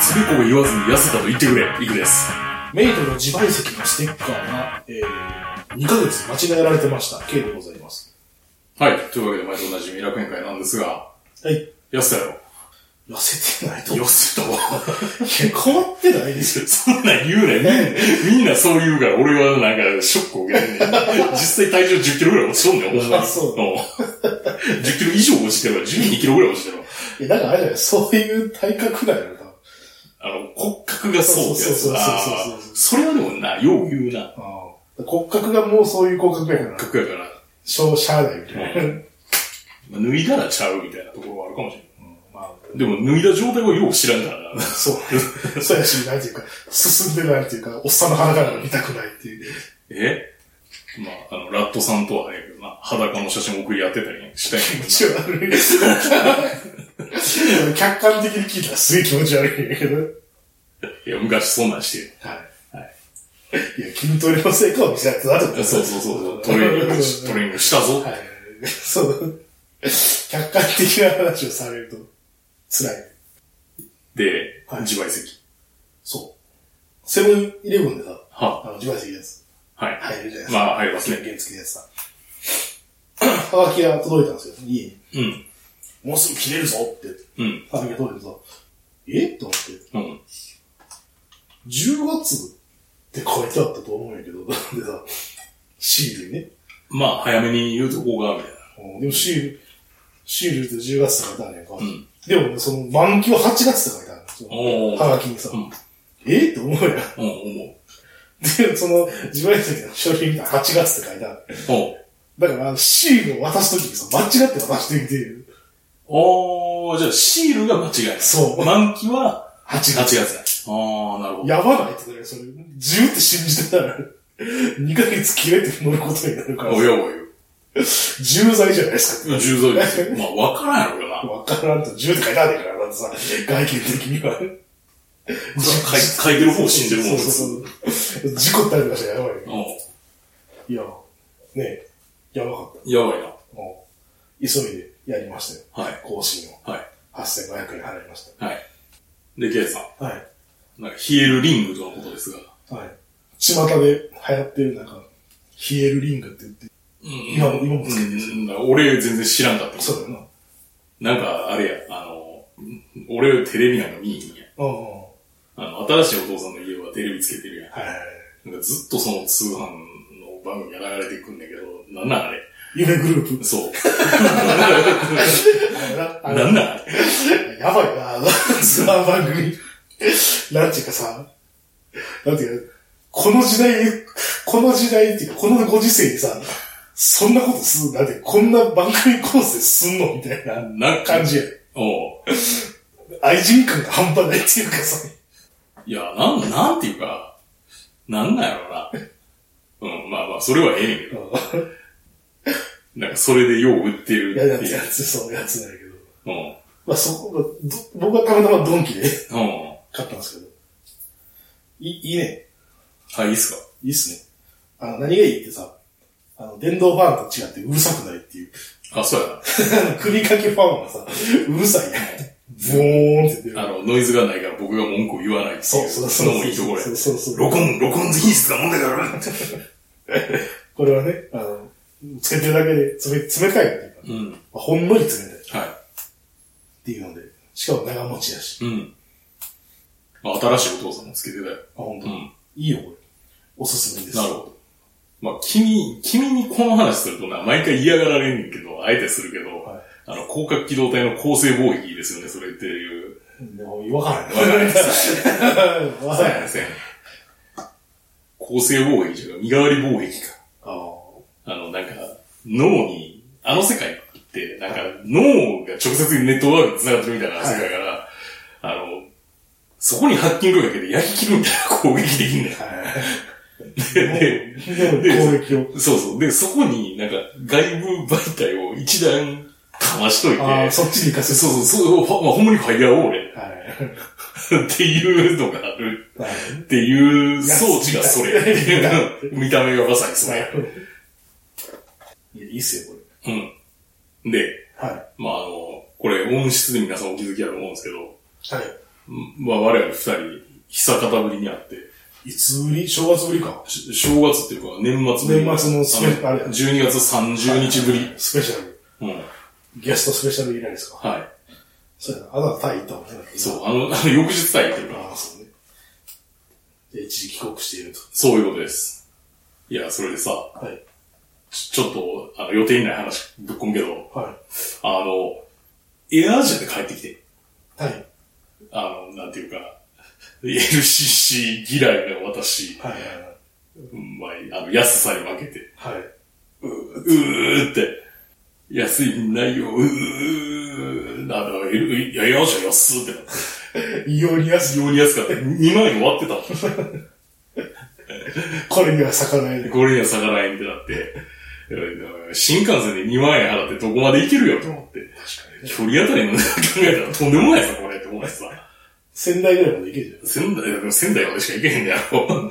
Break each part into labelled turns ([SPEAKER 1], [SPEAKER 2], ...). [SPEAKER 1] すべこべ言わずに痩せたと言ってくれ。いくです。
[SPEAKER 2] メイトの自賠責のステッカーが、えー、2ヶ月間違えられてました。K でございます。
[SPEAKER 1] はい。というわけで、毎度おなじみ楽園会なんですが、
[SPEAKER 2] はい。
[SPEAKER 1] 痩せたよ。
[SPEAKER 2] 痩せてないと。い
[SPEAKER 1] 痩せたわ。
[SPEAKER 2] や、変わってないですよ。
[SPEAKER 1] そんなん言うねん。みんな、みんなそう言うから、俺はなんか、ショックを受けてんねん。実際体重10キロぐらい落ちとんねん、ほんまに。。
[SPEAKER 2] あそうん
[SPEAKER 1] 10キロ以上落ちてるから、12キロぐらい落ちてるわ
[SPEAKER 2] いや、なんかあれじゃない、そういう体格なんやろな。
[SPEAKER 1] あの、骨格がそうってやつ
[SPEAKER 2] そうそうそうそうそう
[SPEAKER 1] あーそれはでもな、よう言うな。
[SPEAKER 2] ああ骨格がもうそういう骨格やから、
[SPEAKER 1] 格やから、
[SPEAKER 2] しょうしゃあないみたいな。
[SPEAKER 1] うまあ脱いだらちゃうみたいなところはあるかもしれない。
[SPEAKER 2] まあ、
[SPEAKER 1] でも、脱いだ状態はよう知らんからな。
[SPEAKER 2] そう。そうやし、なんていうか、進んでないっていうか、おっさんの裸が見たくないっていう。
[SPEAKER 1] えまあ、あの、ラットさんとはね、まあ、裸の写真送り合ってたりしたい
[SPEAKER 2] 気
[SPEAKER 1] ん
[SPEAKER 2] 持
[SPEAKER 1] や
[SPEAKER 2] ち悪い。 客観的に聞いたらすげえ気持ち悪いんやけど。
[SPEAKER 1] けどな。いや、昔そんなんして。
[SPEAKER 2] はい。はい。いや、筋トレの成果を見せ合ってたと思
[SPEAKER 1] そうそうそうそう、トレーニングし、トレーニングしたぞ。
[SPEAKER 2] はい。そう。客観的な話をされると、辛い。
[SPEAKER 1] で、
[SPEAKER 2] はい
[SPEAKER 1] 自賠責。
[SPEAKER 2] そう。セブンイレブンでさ、
[SPEAKER 1] は、
[SPEAKER 2] あの、自賠責のやつ、
[SPEAKER 1] はい。
[SPEAKER 2] 入るじゃないですか。
[SPEAKER 1] まあ、入ります
[SPEAKER 2] 原
[SPEAKER 1] ね。
[SPEAKER 2] 付きのやつさ。はがきが届いたんですよ、家に。
[SPEAKER 1] うん。
[SPEAKER 2] もうすぐ切れるぞって、
[SPEAKER 1] うん。
[SPEAKER 2] はがきが届いてさ、えと思って、
[SPEAKER 1] うん。
[SPEAKER 2] 10月って書いてあったと思うんやけど、でさ、シールにね。
[SPEAKER 1] まあ、早めに言うとこが、みたいな。
[SPEAKER 2] うんでもシール、シールって10月って書いてあるやんか。
[SPEAKER 1] ん
[SPEAKER 2] でも、その、満期は8月って書いてあるその
[SPEAKER 1] お
[SPEAKER 2] は
[SPEAKER 1] ー。
[SPEAKER 2] がきにさ、
[SPEAKER 1] うん
[SPEAKER 2] えって思うやん。
[SPEAKER 1] うん、思
[SPEAKER 2] で、その、自賠責の書類見たら8月って書いてある。
[SPEAKER 1] う。おう。
[SPEAKER 2] だからあの、シールを渡すときにさ、間違って渡してきてる。
[SPEAKER 1] おー、じゃあ、シールが間違いない。
[SPEAKER 2] そう
[SPEAKER 1] 満期は、
[SPEAKER 2] 8
[SPEAKER 1] 8月だ。あー、なるほど。
[SPEAKER 2] やばないってなるよ、それ。自由って信じてたら、2ヶ月切れて乗ることになるから、
[SPEAKER 1] おやおや。
[SPEAKER 2] 重罪じゃないです
[SPEAKER 1] まあ重罪ですよ。まあ、わからんやろうけどな
[SPEAKER 2] か。。わからんと、重って書いてあるから、だってさ、外見的には。
[SPEAKER 1] 書い書いてる方死んでるもん。
[SPEAKER 2] そうそうそう。事故ったりとかしたらやばいよ。
[SPEAKER 1] う
[SPEAKER 2] いや、ねえ、やばかっ
[SPEAKER 1] ん。やばいな。
[SPEAKER 2] た。もう、急いでやりましたよ。
[SPEAKER 1] はい。
[SPEAKER 2] 更新を。
[SPEAKER 1] はい。
[SPEAKER 2] 8500円払いまし
[SPEAKER 1] はい。で、ケイさ
[SPEAKER 2] た。はい。
[SPEAKER 1] ん。なんか、冷えるリングとのことですが。
[SPEAKER 2] はい。巷で流行ってる、なんか、ヒエルリングって言っ
[SPEAKER 1] う
[SPEAKER 2] て。
[SPEAKER 1] ん
[SPEAKER 2] 今も今もつけてる
[SPEAKER 1] うん、俺全然知らんかった。
[SPEAKER 2] そうだよな。
[SPEAKER 1] なんか、あれや、あの、俺テレビなんか見いひんや。
[SPEAKER 2] うんうん。は
[SPEAKER 1] あの、新しいお父さんの家はテレビつけてるや
[SPEAKER 2] いはいはい。
[SPEAKER 1] ん。なんかずっとその通販の番組が流れてくんだけど、なんなんあれ
[SPEAKER 2] 夢グループ。
[SPEAKER 1] そう。
[SPEAKER 2] あれな
[SPEAKER 1] なんなんあれ
[SPEAKER 2] やばいな、 あの、ツアー番組。なんていうかさ、なんていうか、この時代、この時代っていうか、このご時世にさ、そんなことするなんて、こんな番組構成すんのみたいな
[SPEAKER 1] なんか
[SPEAKER 2] 感、じや。
[SPEAKER 1] おう
[SPEAKER 2] 愛人感が半端ないっていうかさ、
[SPEAKER 1] いや、なん、なんていうか、なんなんやろな。うん、まあまあ、それはええねんけど。なんか、それでよう売ってる
[SPEAKER 2] いや、や
[SPEAKER 1] って
[SPEAKER 2] つ
[SPEAKER 1] い
[SPEAKER 2] や
[SPEAKER 1] う。
[SPEAKER 2] つ、そうやつなんやけど。
[SPEAKER 1] うん。
[SPEAKER 2] まあそこが、ど僕はたまたまドンキで
[SPEAKER 1] うん。
[SPEAKER 2] 買ったんですけど。いい、いいね。
[SPEAKER 1] あ、いいっすか
[SPEAKER 2] いいっすね。あの、何がいいってさ、あの、電動ファンと違ってうるさくないっていう。
[SPEAKER 1] あ、そうや
[SPEAKER 2] 首掛けファンはさ、うるさいやん。ブーンって出る
[SPEAKER 1] な。あ。の、ノイズがないから僕が文句を言わないっていう。
[SPEAKER 2] そうそうそう。
[SPEAKER 1] のもいいところや
[SPEAKER 2] そう。そうそう。
[SPEAKER 1] 録音、録音品質が問題だから。
[SPEAKER 2] これはね、あの、つけてるだけで冷冷たいっていうか、
[SPEAKER 1] うん。
[SPEAKER 2] ほんのり冷たいっ
[SPEAKER 1] は
[SPEAKER 2] ていうので、しかも長持ちやし。
[SPEAKER 1] い。うん。まあ、新しいお父さんもつけてたよ。
[SPEAKER 2] あ、ほんと、
[SPEAKER 1] うん
[SPEAKER 2] いいよ、これ。おすすめです。
[SPEAKER 1] なるほど。まあ、君、君にこの話するとな、毎回嫌がられんねんけど、あえてするけど、
[SPEAKER 2] はい
[SPEAKER 1] あの、広角機動隊の構成貿易ですよね、それっていう。
[SPEAKER 2] でも、わからない。
[SPEAKER 1] わからないです。
[SPEAKER 2] わ
[SPEAKER 1] そう
[SPEAKER 2] か
[SPEAKER 1] や
[SPEAKER 2] らない。
[SPEAKER 1] ねん、そうやねん。構成貿易じゃ身代わり貿易か。
[SPEAKER 2] あー
[SPEAKER 1] あの、なんか、脳に、あの世界って、なんか、脳が直接ネットワークに繋がってるみたいな世界から、あの、そこにハッキングかけて焼き切るみたいな攻撃できんねん。
[SPEAKER 2] はい。
[SPEAKER 1] で
[SPEAKER 2] でも、でも攻撃を。
[SPEAKER 1] そうそう。で、そこになんか、外部媒体を一段かましといて、
[SPEAKER 2] ああ、そっちに行かせ
[SPEAKER 1] そう
[SPEAKER 2] う。
[SPEAKER 1] そう、そう、ほまあほんまにファイアウォーレ
[SPEAKER 2] はい。
[SPEAKER 1] っていうのがある
[SPEAKER 2] はい
[SPEAKER 1] っていう装置がそれ。見た目がまさにそ
[SPEAKER 2] な
[SPEAKER 1] れ。
[SPEAKER 2] るほど。いやいいっすよ、こ
[SPEAKER 1] うん。で、
[SPEAKER 2] れ。はい。
[SPEAKER 1] まあ、あの、これ音質で皆さんお気づきだと思うんですけど、
[SPEAKER 2] はい。
[SPEAKER 1] まあ我々二人、久方ぶりに会って、
[SPEAKER 2] いつぶり正月ぶりか。
[SPEAKER 1] し正月っていうか年末ぶり
[SPEAKER 2] 年末のスペ
[SPEAKER 1] あ
[SPEAKER 2] あ
[SPEAKER 1] の
[SPEAKER 2] れや
[SPEAKER 1] 12月30日ぶり。
[SPEAKER 2] スペシャル。
[SPEAKER 1] うん。
[SPEAKER 2] ゲストスペシャル以来ですか。
[SPEAKER 1] は
[SPEAKER 2] そうやな。あなたタイ行ったもんね。
[SPEAKER 1] い。そう、あの、あの翌日タイ行ってるから
[SPEAKER 2] ああ、そうね。で、一時帰国していると。
[SPEAKER 1] そういうことです。いや、それでさ、
[SPEAKER 2] はい。
[SPEAKER 1] ちちょっと、あの、予定にない話ぶっ込むけど、
[SPEAKER 2] は
[SPEAKER 1] あの、エアアジアで帰ってきて、
[SPEAKER 2] い。はい。
[SPEAKER 1] あの、なんていうか、LCC 嫌いの私、
[SPEAKER 2] はい。
[SPEAKER 1] うんまあ、あの、安さに負けて、
[SPEAKER 2] はい。
[SPEAKER 1] うーうーって、安い内容、うー、あの、L、いや、エアアジア安ってなって、
[SPEAKER 2] 異様に安
[SPEAKER 1] 非
[SPEAKER 2] い。
[SPEAKER 1] 常に安かった。2万円割ってたもん。
[SPEAKER 2] これには逆らえない。
[SPEAKER 1] これには逆らえんってなって、新幹線で2万円払ってどこまで行けるよと思って、
[SPEAKER 2] 確かにね。
[SPEAKER 1] 距離あたりの考えたらとんでもないさ、これって思ってさ。
[SPEAKER 2] 仙台ぐらいまで行ける
[SPEAKER 1] 仙台、でも仙台までしか行けへんねやろ。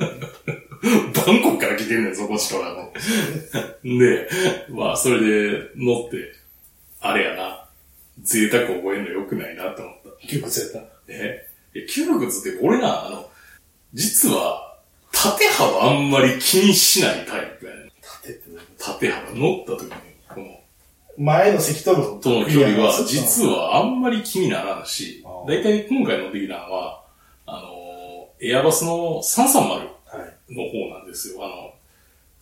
[SPEAKER 1] バンコクから来てんねん、そこしからの。で、まあ、それで乗って、あれやな、贅沢覚えんの良くないなって思っ
[SPEAKER 2] じゃん。窮屈やった。
[SPEAKER 1] た。ね。え、窮屈って俺な、あの、実は、縦幅あんまり気にしないタイプやねん。
[SPEAKER 2] 縦ってね
[SPEAKER 1] 縦幅乗った時に、この、
[SPEAKER 2] 前の席との
[SPEAKER 1] との距離は、
[SPEAKER 2] は。
[SPEAKER 1] 実はあんまり気にならんし
[SPEAKER 2] あ、ー
[SPEAKER 1] だいたい今回乗ってきたのは、あのー、エアバスの330
[SPEAKER 2] はい。
[SPEAKER 1] の方なんですよ。あの、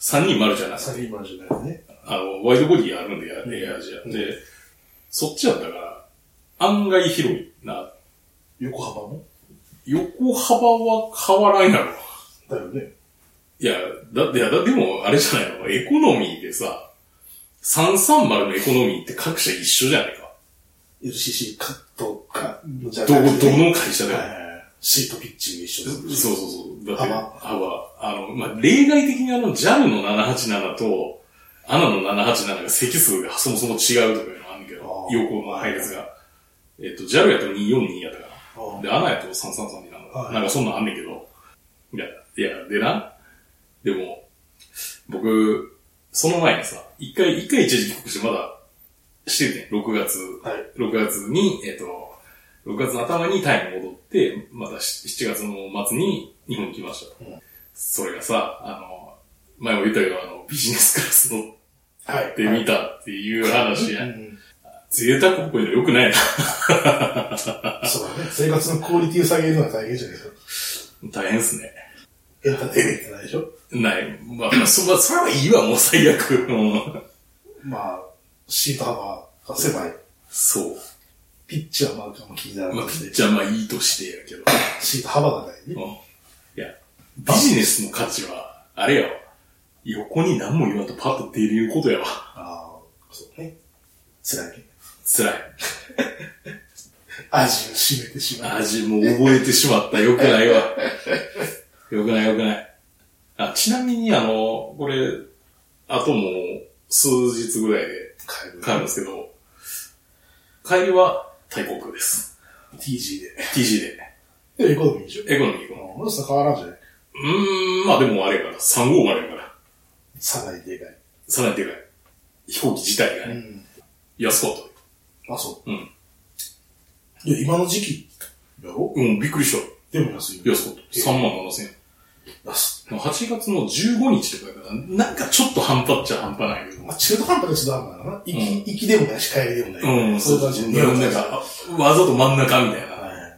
[SPEAKER 1] 320じゃなく
[SPEAKER 2] サ
[SPEAKER 1] て、
[SPEAKER 2] リーマンじゃないね。
[SPEAKER 1] あの、ワイドボディあるんで、
[SPEAKER 2] ん
[SPEAKER 1] エアアジア。
[SPEAKER 2] うん
[SPEAKER 1] で、そっちやったから、案外広いな。
[SPEAKER 2] 横幅も
[SPEAKER 1] 横幅は変わらんやろ。
[SPEAKER 2] だよね。
[SPEAKER 1] いや、だって、いや、だでも、あれじゃないの、エコノミーでさ、330のエコノミーって各社一緒じゃないか。
[SPEAKER 2] LCC カットか、じゃ
[SPEAKER 1] ど、ど
[SPEAKER 2] なくて
[SPEAKER 1] の会社でも。
[SPEAKER 2] はいシートピッチング一緒
[SPEAKER 1] そうそうそう。だって、
[SPEAKER 2] 幅
[SPEAKER 1] 幅。あの、まあ、例外的にあの、JAL の787と、ANA の787が席数がそもそも違うとかいうのあるけど
[SPEAKER 2] あ、ー
[SPEAKER 1] 横の配列が。えっと、JAL やと242やったか
[SPEAKER 2] あ
[SPEAKER 1] な。
[SPEAKER 2] あ
[SPEAKER 1] で、ANA やと333になるの。
[SPEAKER 2] はい
[SPEAKER 1] なんかそんなんあんねんけど。いや、いや、でな。でも、僕、その前にさ、一回、一回一時帰国してまだ、しててん、6月
[SPEAKER 2] はい。
[SPEAKER 1] 6月に、えっ、と、6月の頭にタイに戻って、またし7月の末に日本に来ました。
[SPEAKER 2] うん
[SPEAKER 1] それがさ、あの、前も言ったけど、あの、ビジネスクラス乗
[SPEAKER 2] はい。
[SPEAKER 1] ってみたっていう話や。
[SPEAKER 2] うん
[SPEAKER 1] 贅沢っぽいの良くないな。
[SPEAKER 2] そうだね。生活のクオリティを下げるのは大変じゃないですか。
[SPEAKER 1] 大変っすね。
[SPEAKER 2] エンターテイメントないでしょ
[SPEAKER 1] ない。まあ、まあそ、まあ、それはいいわ、もう最悪。うん
[SPEAKER 2] まあ、シート幅が狭い。
[SPEAKER 1] そう。
[SPEAKER 2] ピッチはまあ、かも気になら
[SPEAKER 1] ま
[SPEAKER 2] な
[SPEAKER 1] あ、
[SPEAKER 2] く
[SPEAKER 1] ピッ
[SPEAKER 2] て、
[SPEAKER 1] チャーまあいいとしてやけど。
[SPEAKER 2] シート幅がないね。
[SPEAKER 1] うんいや、ビジネスの価値は、あれやわ。横に何も言わんとパッと出ることやわ。
[SPEAKER 2] ああ、そうね。辛いね。
[SPEAKER 1] 辛い。
[SPEAKER 2] 味を占めてしまう。
[SPEAKER 1] 味も覚えてしまった。よくないわ。よくないよくない。あ、ちなみにあの、これ、あともう数日ぐらいで
[SPEAKER 2] 帰る。
[SPEAKER 1] 帰るんですけど、帰りはタイ航空です。
[SPEAKER 2] TG で。
[SPEAKER 1] TG で。
[SPEAKER 2] でもエコノミーでしょ
[SPEAKER 1] エコノミー行くの。
[SPEAKER 2] うん俺さ、変わらんじゃないう
[SPEAKER 1] ーん、まあでもあれやから、3号あれやから、
[SPEAKER 2] さらにでかい。
[SPEAKER 1] さらにでかい。飛行機自体がね、
[SPEAKER 2] ん。
[SPEAKER 1] 安かった。
[SPEAKER 2] あ、そう。
[SPEAKER 1] うん。
[SPEAKER 2] いや、今の時期やろ
[SPEAKER 1] うん、びっくりした。
[SPEAKER 2] でも安いよ。
[SPEAKER 1] 安かった。3万7千円。
[SPEAKER 2] 安
[SPEAKER 1] 8月の15日とかやから、なんかちょっと半端っちゃ半端ないけど
[SPEAKER 2] い。。まあ、中途半端でちょっとあるからな。行
[SPEAKER 1] うん
[SPEAKER 2] き、行きでもないし帰りでもない。
[SPEAKER 1] うん、
[SPEAKER 2] そ
[SPEAKER 1] そう
[SPEAKER 2] いうう感
[SPEAKER 1] そ
[SPEAKER 2] じ
[SPEAKER 1] う。い
[SPEAKER 2] で。
[SPEAKER 1] やなんか、わざと真ん中みたいな。
[SPEAKER 2] は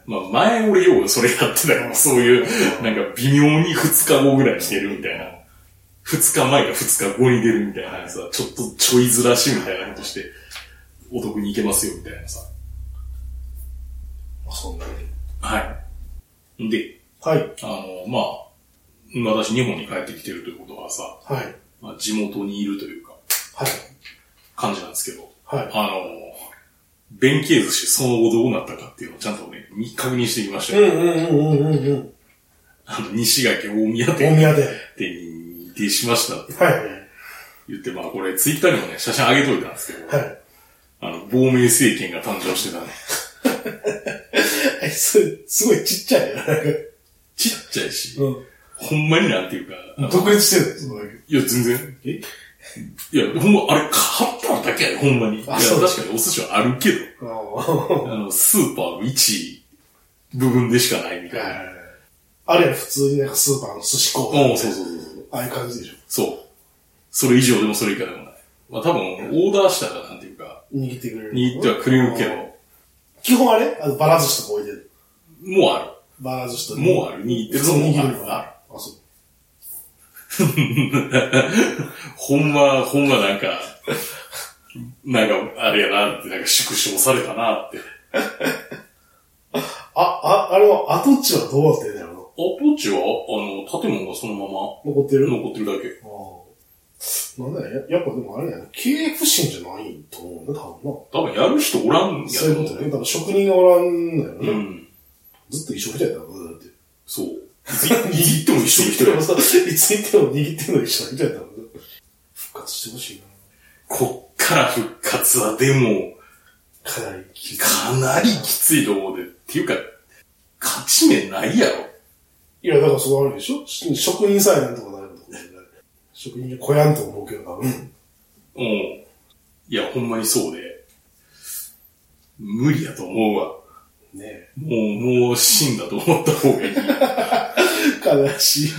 [SPEAKER 1] まあ、前俺ようそれやってたよ。そういう、なんか微妙に2日後ぐらいに出るみたいな。2日前が2日後に出るみたいなさ、ちょっとちょいずらしみたいなことして、お得に行けますよみたいなさ。
[SPEAKER 2] い。そんなに。
[SPEAKER 1] はい。で、
[SPEAKER 2] はい。
[SPEAKER 1] あの、まあ、私日本に帰ってきてるということはさ、
[SPEAKER 2] はい。
[SPEAKER 1] まあ、地元にいるというか、
[SPEAKER 2] はい。
[SPEAKER 1] 感じなんですけど、
[SPEAKER 2] はい。
[SPEAKER 1] あの、弁慶寿司その後どうなったかっていうのをちゃんとね、み確認してきましたよ。
[SPEAKER 2] うんうんうんうんうん。
[SPEAKER 1] あの、西垣大宮
[SPEAKER 2] 大
[SPEAKER 1] 店
[SPEAKER 2] 宮で。
[SPEAKER 1] に移転しましたって
[SPEAKER 2] はい。
[SPEAKER 1] 言って、まあこれツイッターにもね、写真上げといたんですけど、
[SPEAKER 2] は
[SPEAKER 1] あの、亡命政権が誕生してたね。
[SPEAKER 2] い。それ、すごいちっちゃいよ。
[SPEAKER 1] ちっちゃいし、
[SPEAKER 2] う
[SPEAKER 1] ほんまになんていうか、あの
[SPEAKER 2] 独立してるそのだけ。
[SPEAKER 1] いや、全然。
[SPEAKER 2] え
[SPEAKER 1] いや、ほんま、あれ、買っただけやで、ほんまに。いや、
[SPEAKER 2] あそう
[SPEAKER 1] 確かにお寿司はあるけど、
[SPEAKER 2] ああ。
[SPEAKER 1] あの、スーパーの1位部分でしかないみたいな。
[SPEAKER 2] あれは普通になんかスーパーの寿司コーナー
[SPEAKER 1] うん、
[SPEAKER 2] みた
[SPEAKER 1] そ
[SPEAKER 2] いうな
[SPEAKER 1] そうそうそう。
[SPEAKER 2] ああいう感じでしょ。
[SPEAKER 1] そう。それ以上でもそれ以下でもない。まあ多分、オーダーしたらなんていうか、
[SPEAKER 2] 握ってくれる。
[SPEAKER 1] 握ってはくれるけど
[SPEAKER 2] あ、ー。基本あれあの、バラ寿司とか置いてる。
[SPEAKER 1] もうあ
[SPEAKER 2] バラ寿司と
[SPEAKER 1] る。
[SPEAKER 2] か。
[SPEAKER 1] もうある。握ってる
[SPEAKER 2] 普通
[SPEAKER 1] ぞ、
[SPEAKER 2] に
[SPEAKER 1] もう
[SPEAKER 2] 握
[SPEAKER 1] あ
[SPEAKER 2] る
[SPEAKER 1] る。
[SPEAKER 2] のある。あ、そう。
[SPEAKER 1] ほんま、ほんまなんか、なんか、あれやなって、なんか縮小されたなって。
[SPEAKER 2] あ、あ、あれは跡地はどうなってんだろ
[SPEAKER 1] アポッチは、あの、建物がそのまま
[SPEAKER 2] うな。残ってる
[SPEAKER 1] 残ってるだけ。
[SPEAKER 2] ああ。なんだよ、ややっぱでもあれだよね、経営不振じゃないと思うんだ、多分
[SPEAKER 1] 多分やる人おらん
[SPEAKER 2] な。
[SPEAKER 1] や
[SPEAKER 2] そう
[SPEAKER 1] ろ
[SPEAKER 2] いうことね。多分職人がおらんのよね。
[SPEAKER 1] うん。
[SPEAKER 2] ずっと一緒みたいだもんね、だって。
[SPEAKER 1] そう。握っても一緒に
[SPEAKER 2] い
[SPEAKER 1] し
[SPEAKER 2] つ
[SPEAKER 1] て
[SPEAKER 2] 行って
[SPEAKER 1] る
[SPEAKER 2] も。さ、いつ行っても握ってんの一緒みたいだもんね。復活してほしいな。
[SPEAKER 1] こっから復活は、でも、
[SPEAKER 2] かなりき
[SPEAKER 1] かなりきついと思うで。っていうか、勝ち目ないやろ。
[SPEAKER 2] いや、だからそうあるでしょし職人さえなんとかなることね職人がこやんと思うけど、多分。
[SPEAKER 1] うん。いや、ほんまにそうで。無理やと思うわ。
[SPEAKER 2] ね
[SPEAKER 1] もう、もう死んだと思った方がいい。
[SPEAKER 2] 悲しい。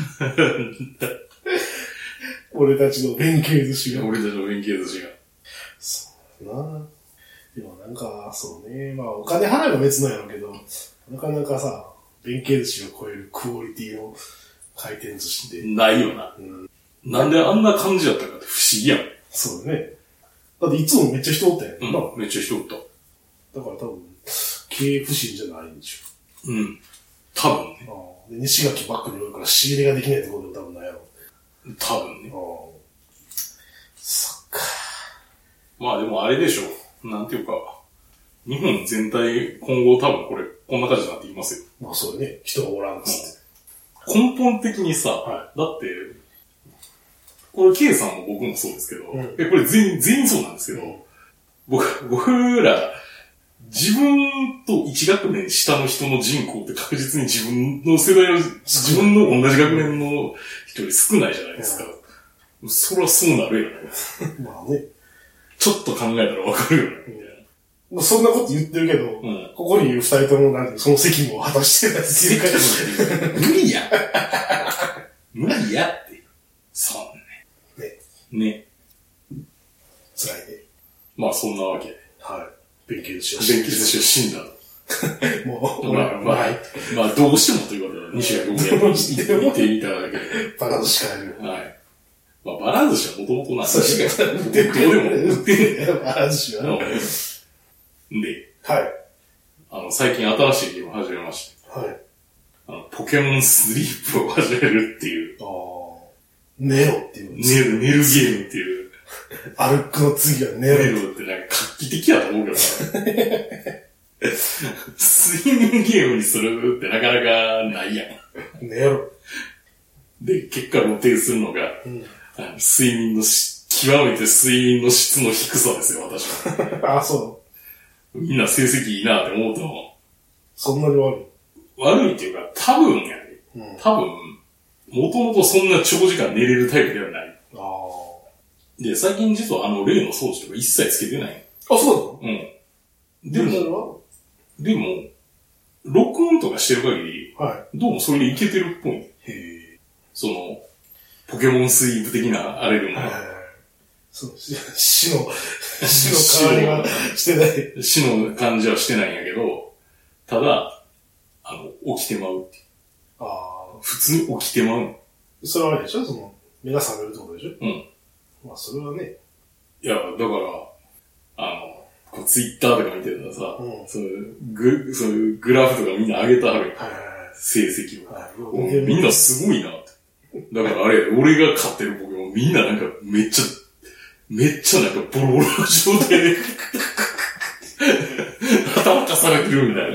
[SPEAKER 2] 俺たちの弁慶寿司が。
[SPEAKER 1] 俺たちの弁慶寿司が。
[SPEAKER 2] そうだな。でもなんか、そうね。まあ、お金払えば別なんやろうけど、なかなかさ、弁慶寿司を超えるクオリティの回転寿司で。
[SPEAKER 1] ないよな。なんであんな感じだったかって不思議やん。
[SPEAKER 2] そうだね。だっていつもめっちゃ人おったやん。
[SPEAKER 1] うん
[SPEAKER 2] まあ、
[SPEAKER 1] めっちゃ人おった。
[SPEAKER 2] だから多分、経営不振じゃないんでし
[SPEAKER 1] うん。多分ね。
[SPEAKER 2] ょ。で、西垣バックにおるから仕入れができないところでも多分ないやろ
[SPEAKER 1] 多分ね。
[SPEAKER 2] う。そっか。
[SPEAKER 1] まあでもあれでしょう。なんていうか、日本全体、今後多分これ、こんな感じになっていきますよ。
[SPEAKER 2] まあそうだね。人がおらんっつって。
[SPEAKER 1] 根本的にさ、
[SPEAKER 2] は
[SPEAKER 1] だって、これ、K さんも僕もそうですけど、
[SPEAKER 2] うん
[SPEAKER 1] えこれ全員、全員そうなんですけど、僕、僕ら、自分と1学年下の人の人口って確実に自分の世代の、自分の同じ学年の人より少ないじゃないですか。そりゃそうなるよね。
[SPEAKER 2] まあね。
[SPEAKER 1] ちょっと考えたらわかるよね。みたいな
[SPEAKER 2] まあそんなこと言ってるけど、
[SPEAKER 1] ん
[SPEAKER 2] ここにいる二人ともなんてその責務を果たしてないっていうか、
[SPEAKER 1] 無理や。無理やって。そんね。ね。
[SPEAKER 2] 辛いね。
[SPEAKER 1] まあそんなわけで。
[SPEAKER 2] はい。勉強しま
[SPEAKER 1] 電気寿司は死んだ
[SPEAKER 2] た。もう、
[SPEAKER 1] の。まあまあ
[SPEAKER 2] はい。、
[SPEAKER 1] まあどうしてもということで、西垣五年に行ってみただけで。
[SPEAKER 2] バカとしかやる。
[SPEAKER 1] はい。まあバランスはもともとなんで、
[SPEAKER 2] そう
[SPEAKER 1] 確かに。どうでも売ってんね
[SPEAKER 2] 話はね。
[SPEAKER 1] ん。で、
[SPEAKER 2] はい。
[SPEAKER 1] あの、最近新しいゲーム始めまして、
[SPEAKER 2] はい。
[SPEAKER 1] あの、ポケモンスリープを始めるっていう、
[SPEAKER 2] ああ。ネロっていうんです
[SPEAKER 1] 寝る、寝るゲームっていう。
[SPEAKER 2] 歩くの次はネ
[SPEAKER 1] メ
[SPEAKER 2] ロ。
[SPEAKER 1] ロってなんか画期的やと思うけどな。 睡眠ゲームにするってなかなかないやん。
[SPEAKER 2] ネロ。
[SPEAKER 1] で、結果露呈するのが、
[SPEAKER 2] うん。
[SPEAKER 1] あの睡眠のし、極めて睡眠の質の低さですよ、私は。
[SPEAKER 2] ああ、そう。
[SPEAKER 1] みんな成績いいなって思うと思
[SPEAKER 2] そんなに悪い。
[SPEAKER 1] う。悪いっていうか、多分やね。
[SPEAKER 2] うん。あ
[SPEAKER 1] 多分、もともとそんな長時間寝れるタイプではない。
[SPEAKER 2] あ。あ、
[SPEAKER 1] で、最近実はあの、例の装置とか一切つけてない。
[SPEAKER 2] そ
[SPEAKER 1] うん。
[SPEAKER 2] う
[SPEAKER 1] で
[SPEAKER 2] なの
[SPEAKER 1] も、でも、録音とかしてる限り、
[SPEAKER 2] は
[SPEAKER 1] どうもそれでいけてるっぽい。
[SPEAKER 2] い。へえ。
[SPEAKER 1] その、ポケモンスイープ的なあれでも、
[SPEAKER 2] そう、し死の、 死の代わりはしてない。
[SPEAKER 1] 死の感じはしてないんやけど、ただ、あの、起きてまうっていう。
[SPEAKER 2] ああ。
[SPEAKER 1] 普通に起きてまう。
[SPEAKER 2] それはあれでしょその、目が覚めるってことでしょ
[SPEAKER 1] うん。
[SPEAKER 2] まあ、それはね、
[SPEAKER 1] いや、だから、あの、こうツイッターとか見てたらさ、
[SPEAKER 2] うん
[SPEAKER 1] そのグそのグラフとかみんな上げたはるやん
[SPEAKER 2] はい
[SPEAKER 1] 成績を。
[SPEAKER 2] はい
[SPEAKER 1] うん
[SPEAKER 2] はい。
[SPEAKER 1] みんなすごいなって。だからあれ、俺が飼ってるポケモンみんななんかめっちゃ、めっちゃなんかボロボロの状態で、頭かされてるみたい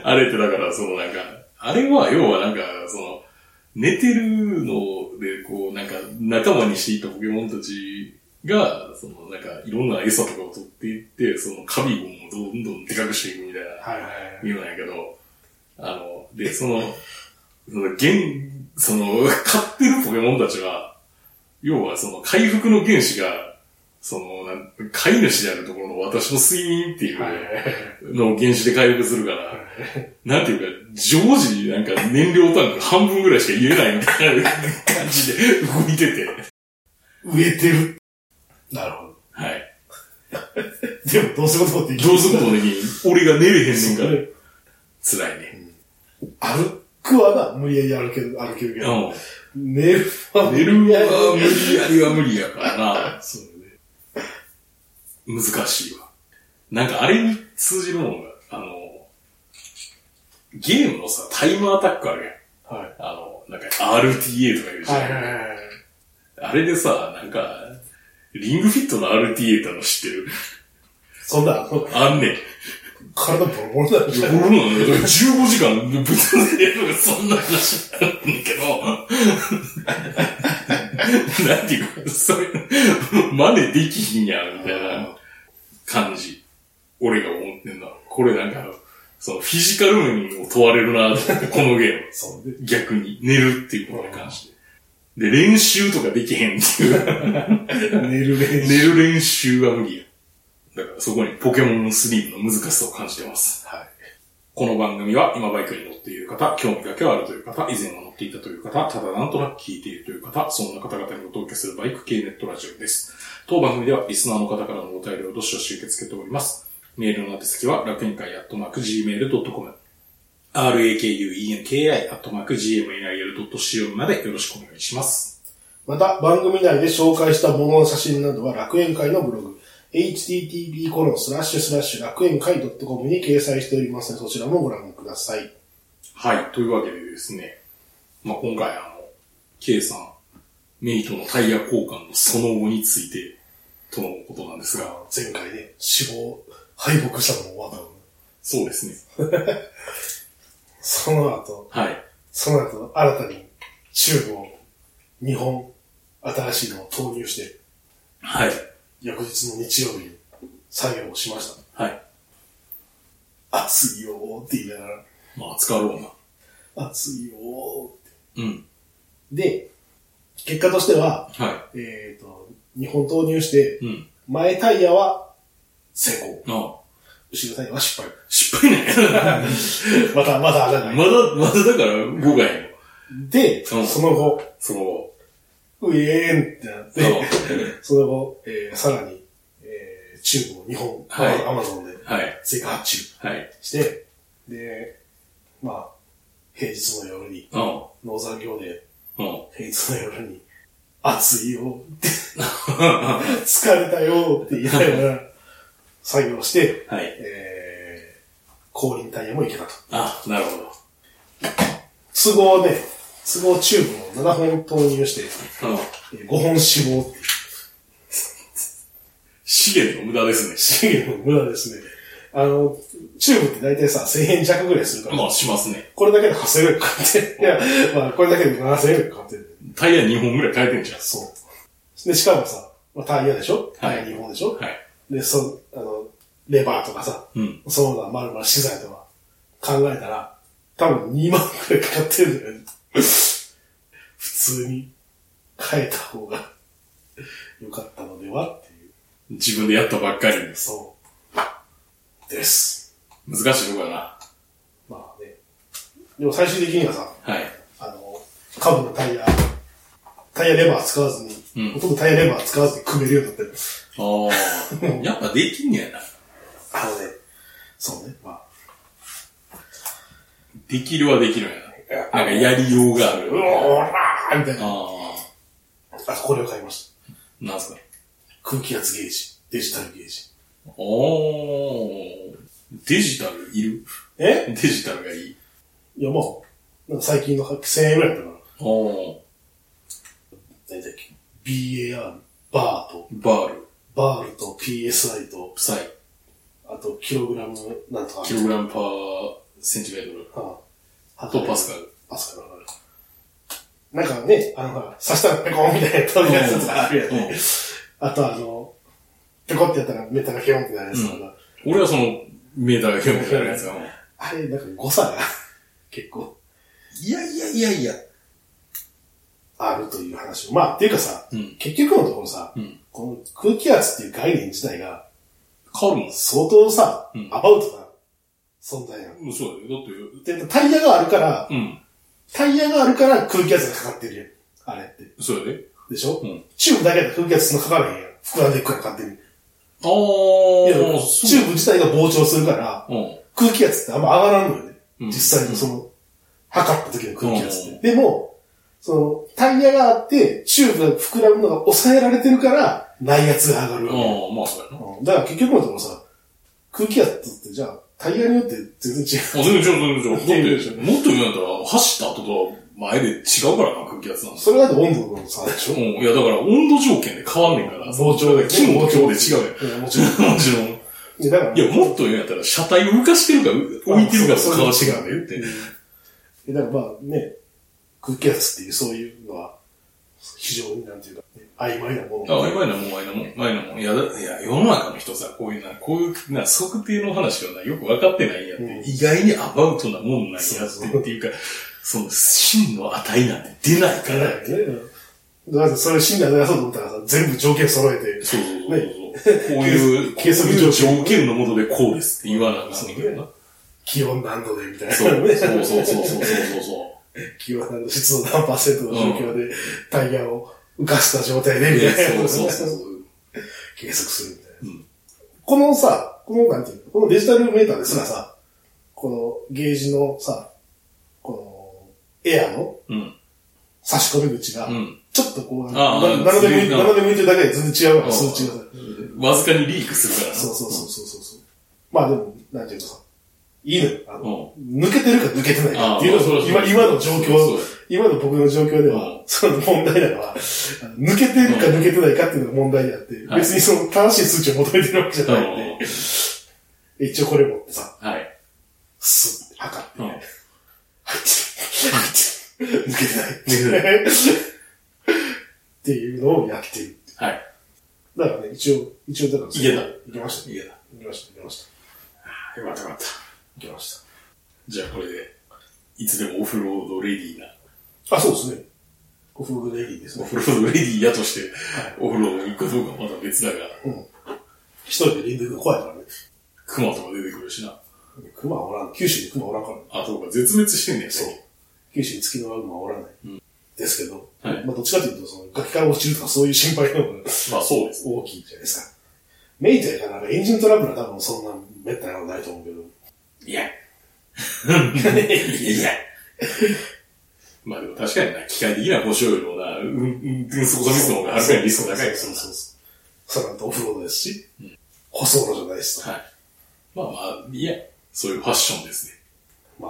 [SPEAKER 1] な。あれってだから、そのなんか、あれは要はなんか、その、寝てるので、こう、なんか仲間にしていたポケモンたちが、そのなんかいろんな餌とかを取っていって、そのカビゴンをどんどんでかくしていくみたいな。
[SPEAKER 2] はいはい。
[SPEAKER 1] 言うんやけど、あの、で、その、その、現、その、買ってるポケモンたちは、要はその、回復の原子が、その、なん飼い主であるところの私の睡眠っていう
[SPEAKER 2] はいはいはい。
[SPEAKER 1] のを原子で回復するから、なんていうか、常時、なんか燃料タンク半分ぐらいしか入れないみたいな感じで動いてて。
[SPEAKER 2] 植えてる。なるほど。
[SPEAKER 1] はい。
[SPEAKER 2] でも、どうすることもできる。
[SPEAKER 1] どうすることもできん。俺が寝れへんねん
[SPEAKER 2] そ
[SPEAKER 1] から。
[SPEAKER 2] う
[SPEAKER 1] 辛いね。
[SPEAKER 2] 歩くはな、無理やり歩ける、歩けるけど。
[SPEAKER 1] う
[SPEAKER 2] 寝るは
[SPEAKER 1] ん。寝る
[SPEAKER 2] やり
[SPEAKER 1] は無理やりは無理やからな。
[SPEAKER 2] そうだね。
[SPEAKER 1] 難しいわ。なんかあれに通じるものが、あの、ゲームのさ、タイムアタックあるやん。
[SPEAKER 2] はい。
[SPEAKER 1] あの、なんか RTA とか言うじゃん。
[SPEAKER 2] はいはいはいはい。
[SPEAKER 1] あれでさ、なんか、リングフィットの RTA っての知ってる。
[SPEAKER 2] そんな、もう
[SPEAKER 1] あんねん。
[SPEAKER 2] 体ボロボロだ
[SPEAKER 1] いや、
[SPEAKER 2] よ。
[SPEAKER 1] 俺もなんだから15時間ぶっ飛んでやるのがそんな話なんだけど、なんていうか、それ、真似できひんや、みたいな感じ。俺が思ってんだ。これなんか、そのフィジカル面を問われるなと思って、このゲーム。
[SPEAKER 2] そうね。
[SPEAKER 1] 逆に、寝るっていうことに関して。で、練習とかできへんっていう。
[SPEAKER 2] 寝る練
[SPEAKER 1] 寝
[SPEAKER 2] 習。
[SPEAKER 1] る練習は無理や。だからそこにポケモン3の難しさを感じてます。
[SPEAKER 2] はい。
[SPEAKER 1] この番組は今バイクに乗っている方、興味だけはあるという方、以前は乗っていたという方、ただなんとなく聞いているという方、そんな方々にお届けするバイク系ネットラジオです。当番組ではリスナーの方からのお便りをどしどし受け付けております。メールの宛先は楽園会アットマーク gmail.com、rakuenki アットマーク gmail.co までよろしくお願いします。
[SPEAKER 2] また、番組内で紹介したものの写真などは楽園会のブログ、http コロンスラッシュスラッシュ楽園会 .com に掲載しておりますので、そちらもご覧ください。
[SPEAKER 1] はい、というわけでですね、まあ、今回あの、K さん、メイトのタイヤ交換のその後について、とのことなんですが、
[SPEAKER 2] 前回ね、死亡、敗北したのも分かる。
[SPEAKER 1] そうですね。
[SPEAKER 2] その後、
[SPEAKER 1] はい。
[SPEAKER 2] その後、新たにチューブを2本、新しいのを投入して、
[SPEAKER 1] はい。
[SPEAKER 2] 翌日の日曜日に作業をしました。
[SPEAKER 1] はい。
[SPEAKER 2] 暑いよーって言いながら、
[SPEAKER 1] まあ、使ろうな。
[SPEAKER 2] 暑いよーって。
[SPEAKER 1] うん。
[SPEAKER 2] で、結果としては、
[SPEAKER 1] は
[SPEAKER 2] えっ、と、2本投入して、
[SPEAKER 1] い。うん。
[SPEAKER 2] 前タイヤは成功。
[SPEAKER 1] ああ。
[SPEAKER 2] 後ろタイヤは失敗。
[SPEAKER 1] 失敗ね。
[SPEAKER 2] また、まだ穴が
[SPEAKER 1] ま
[SPEAKER 2] ない。
[SPEAKER 1] だ、まだだから、5がや
[SPEAKER 2] で、
[SPEAKER 1] うん
[SPEAKER 2] その後、
[SPEAKER 1] その、
[SPEAKER 2] うえーんってなっ
[SPEAKER 1] あ
[SPEAKER 2] て、その後、えーさらに、えー、チューブを2本、
[SPEAKER 1] はい
[SPEAKER 2] アマゾンで
[SPEAKER 1] あはい。
[SPEAKER 2] 追加発注
[SPEAKER 1] はい。
[SPEAKER 2] して、で、まあ、平日の夜に、
[SPEAKER 1] あ
[SPEAKER 2] 農産業で、
[SPEAKER 1] あ。 あ
[SPEAKER 2] 平日の夜に、暑いよって、疲れたよって言いながら、作業して、
[SPEAKER 1] あ。はい。
[SPEAKER 2] えー、後輪タイヤもいけたと。
[SPEAKER 1] あ、なるほど。
[SPEAKER 2] 都合ね、都合チューブを7本投入して、
[SPEAKER 1] ああ。
[SPEAKER 2] えー5本死亡っていう、
[SPEAKER 1] 資源の無駄ですね。
[SPEAKER 2] 資源の無駄ですね。あの、チューブって大体さ、1000円弱ぐらいするから、
[SPEAKER 1] まあ、しますね。
[SPEAKER 2] これだけで8000円かかって、いや、まあ、これだけで7000円かかってる。
[SPEAKER 1] タイヤ2本ぐらい変えてんじゃん。
[SPEAKER 2] そう。で、しかもさ、まあ、タイヤでしょ
[SPEAKER 1] は
[SPEAKER 2] タ
[SPEAKER 1] い
[SPEAKER 2] イヤ2本でしょ、
[SPEAKER 1] はい。
[SPEAKER 2] で、そ、あの、レバーとかさ、
[SPEAKER 1] うん。
[SPEAKER 2] その他まるまる資材とか考えたら、多分2万くらいかかってるんだよね。普通に変えた方が良かったのではっていう。
[SPEAKER 1] 自分でやったばっかりです。
[SPEAKER 2] そう。です。
[SPEAKER 1] 難しいとこやな。
[SPEAKER 2] まあね。でも最終的にはさ、
[SPEAKER 1] はい。
[SPEAKER 2] あの、カブのタイヤ、タイヤレバー使わずに、
[SPEAKER 1] うん
[SPEAKER 2] ほとんどタイヤレバー使わずに組めるようになってる。
[SPEAKER 1] ああ。やっぱできんねやな。
[SPEAKER 2] あのね、そうね、まあ。
[SPEAKER 1] できるはできるんやな。なんかやりようがある
[SPEAKER 2] う。おらーみたいな。
[SPEAKER 1] ああ。
[SPEAKER 2] あとこれを買いました。
[SPEAKER 1] なんすか
[SPEAKER 2] 空気圧ゲージ、デジタルゲージ。
[SPEAKER 1] おー。デジタルいる
[SPEAKER 2] え
[SPEAKER 1] デジタルがいい。
[SPEAKER 2] いや、まあ、なんか最近の1000円ぐらいだったか
[SPEAKER 1] おー。
[SPEAKER 2] ら、大体 BAR、バーと、
[SPEAKER 1] バール、
[SPEAKER 2] バールと PSI と、
[SPEAKER 1] サイ、
[SPEAKER 2] あとキログラムなんとか。
[SPEAKER 1] キログラムパーセンチメートル
[SPEAKER 2] ああ
[SPEAKER 1] とパスカル。
[SPEAKER 2] パスカルわかる。なんかね、あの、ほら刺したらペコンみたいな飛び出すやつとかあるやんね。あとあの、ペコってやったらメタがヒョンってなるやつとか、
[SPEAKER 1] 俺はその、メーターが興味あるやつが。
[SPEAKER 2] あれ、なんか誤差が結構
[SPEAKER 1] いやいやいやいや。
[SPEAKER 2] あるという話を。まあ、っていうかさ、
[SPEAKER 1] うん
[SPEAKER 2] 結局のところさ、
[SPEAKER 1] うん
[SPEAKER 2] この空気圧っていう概念自体が
[SPEAKER 1] 変わるもん。
[SPEAKER 2] 相当さ、
[SPEAKER 1] うん
[SPEAKER 2] アバウトな存在なの。
[SPEAKER 1] うん、そうだよ。だって、
[SPEAKER 2] で、タイヤがあるから、
[SPEAKER 1] うん。
[SPEAKER 2] タイヤがあるから空気圧がかかってるやん。あれって。
[SPEAKER 1] そうやで。
[SPEAKER 2] でしょ
[SPEAKER 1] うん
[SPEAKER 2] チューブだけだと空気圧そんなかからへんやん。膨らんでいくから勝手に。
[SPEAKER 1] あー。
[SPEAKER 2] いや、チューブ自体が膨張するから、
[SPEAKER 1] うん。
[SPEAKER 2] 空気圧ってあんま上がらんのよね。
[SPEAKER 1] うん
[SPEAKER 2] 実際にその、測った時の空気圧って。
[SPEAKER 1] う
[SPEAKER 2] でも、その、タイヤがあって、チューブが膨らむのが抑えられてるから、内圧が上がるわけよ
[SPEAKER 1] ああ、まあそうやな。あ、
[SPEAKER 2] うんだから結局のところさ、空気圧ってじゃあ、タイヤによって全然違う。
[SPEAKER 1] 全然違う、全然
[SPEAKER 2] いやいや
[SPEAKER 1] 違う。だって、もっと言うんだったら、走った後と前で違うからな、空気圧なんです
[SPEAKER 2] それだと温度の差でし
[SPEAKER 1] う
[SPEAKER 2] ょ
[SPEAKER 1] ん。いや、だから温度条件で変わんねんから。
[SPEAKER 2] 膨張だよね
[SPEAKER 1] 金 も強で違うやん。
[SPEAKER 2] いやもちろん。
[SPEAKER 1] もちろん。
[SPEAKER 2] いや、だから。
[SPEAKER 1] いや、もっと言うんやったら、車体を浮かしてるか、浮いてるかと変わってからね、言って。
[SPEAKER 2] うん。だからまあね、空気圧っていうそういうのは、非常になんていうか、ね、曖昧なも
[SPEAKER 1] あ、
[SPEAKER 2] の。
[SPEAKER 1] 曖昧なもん、曖昧なもん、曖昧なもん。いや、だいや、世の中の人さ、こういうな、こういうな、測定の話はな、よく分かってないんやって、
[SPEAKER 2] うん
[SPEAKER 1] 意外にアバウトなもんなんや
[SPEAKER 2] そう
[SPEAKER 1] っ
[SPEAKER 2] そ
[SPEAKER 1] て
[SPEAKER 2] う
[SPEAKER 1] っていうか、その、真の値なんて出ないか
[SPEAKER 2] 出
[SPEAKER 1] ら
[SPEAKER 2] な。いよね。だからそれ診断出そうと思ったらさ、全部条件揃えて、
[SPEAKER 1] そうそうそうそう。こう いう、
[SPEAKER 2] 計測
[SPEAKER 1] こういう
[SPEAKER 2] 条件
[SPEAKER 1] 条件のもとでこうですって言わなあかんねんけどな。
[SPEAKER 2] 気温何度でみたいな。
[SPEAKER 1] そうそうそうそう
[SPEAKER 2] う。
[SPEAKER 1] そうそうそ
[SPEAKER 2] 気温何度、湿度何パーセントの状況で、タイヤを浮かした状態 で、み
[SPEAKER 1] う。いや、
[SPEAKER 2] たい
[SPEAKER 1] そ
[SPEAKER 2] な。
[SPEAKER 1] うそうそうそう。
[SPEAKER 2] 計測するみたいな。
[SPEAKER 1] うん。
[SPEAKER 2] このさ、このなんていうの、このデジタルメーターですらさ、このゲージのさ、このエアの
[SPEAKER 1] うん。
[SPEAKER 2] 差し込み口が
[SPEAKER 1] う、ん。
[SPEAKER 2] ちょっとこう、
[SPEAKER 1] ああ
[SPEAKER 2] な斜め
[SPEAKER 1] ずれ
[SPEAKER 2] 向いて、
[SPEAKER 1] が
[SPEAKER 2] 斜め向いてるだけで全然違うから、
[SPEAKER 1] ああ
[SPEAKER 2] 数値がさ。
[SPEAKER 1] わずかにリークするからな。
[SPEAKER 2] そうそうそうそうそうそう。まあでも、なんていうかさ、いいのよ。あの、抜けてるか抜けてないかっていう
[SPEAKER 1] ああま
[SPEAKER 2] の今
[SPEAKER 1] あそれはそう
[SPEAKER 2] 今の状
[SPEAKER 1] そう
[SPEAKER 2] 況
[SPEAKER 1] や、
[SPEAKER 2] 今の僕の状況で
[SPEAKER 1] う
[SPEAKER 2] は
[SPEAKER 1] ん、
[SPEAKER 2] その問題なのは、あの抜けてるか抜けてないかっていうのが問題であって、
[SPEAKER 1] はい
[SPEAKER 2] 別にその正しい数値を求めてるわけじゃ
[SPEAKER 1] う
[SPEAKER 2] ないんで
[SPEAKER 1] ん。
[SPEAKER 2] 一応これ持ってさ、
[SPEAKER 1] はい。
[SPEAKER 2] スッて測って、
[SPEAKER 1] うん。
[SPEAKER 2] 入ってる、入ってる抜けて
[SPEAKER 1] 抜け
[SPEAKER 2] ない。っていうのをやってる。
[SPEAKER 1] はい。
[SPEAKER 2] だからね、一応、一応だから、
[SPEAKER 1] いけた
[SPEAKER 2] いけました。い
[SPEAKER 1] いやだ。
[SPEAKER 2] けました、いけました。
[SPEAKER 1] よかったよかった。
[SPEAKER 2] いけまし
[SPEAKER 1] じゃあこれで、いつでもオフロードレディーな、
[SPEAKER 2] た。あ、そうですね。オフロードレディーです
[SPEAKER 1] オ
[SPEAKER 2] ね。
[SPEAKER 1] フロードレディーやとして、オフロードに行くかどうかはまだ別だが、
[SPEAKER 2] うん。一人でリンド行くの怖いからね。
[SPEAKER 1] 熊とか出てくるしな。
[SPEAKER 2] 熊はおらん。九州に熊おらんからね。
[SPEAKER 1] あ、そうか、絶滅してんねやね。
[SPEAKER 2] そう。九州に月のワグマはおらない。ですけど、
[SPEAKER 1] はい
[SPEAKER 2] まあどっちかというと、その、崖から落ちるとかそういう心配の方が
[SPEAKER 1] まあそうです。
[SPEAKER 2] 大きいじゃないですか。メイトやからなんかエンジントラブルは多分そんな滅多なことないと思うけど。
[SPEAKER 1] いや。いや。まあでも確かにな、機械的な故障よりもな、うん、うん、うん、そこがミスの方がはるかにリスク高いです。
[SPEAKER 2] そうそうそう。それだとオフロードですし、舗装路じゃないしさ。
[SPEAKER 1] はい。まあまあ、いや、そういうファッションですね。
[SPEAKER 2] ま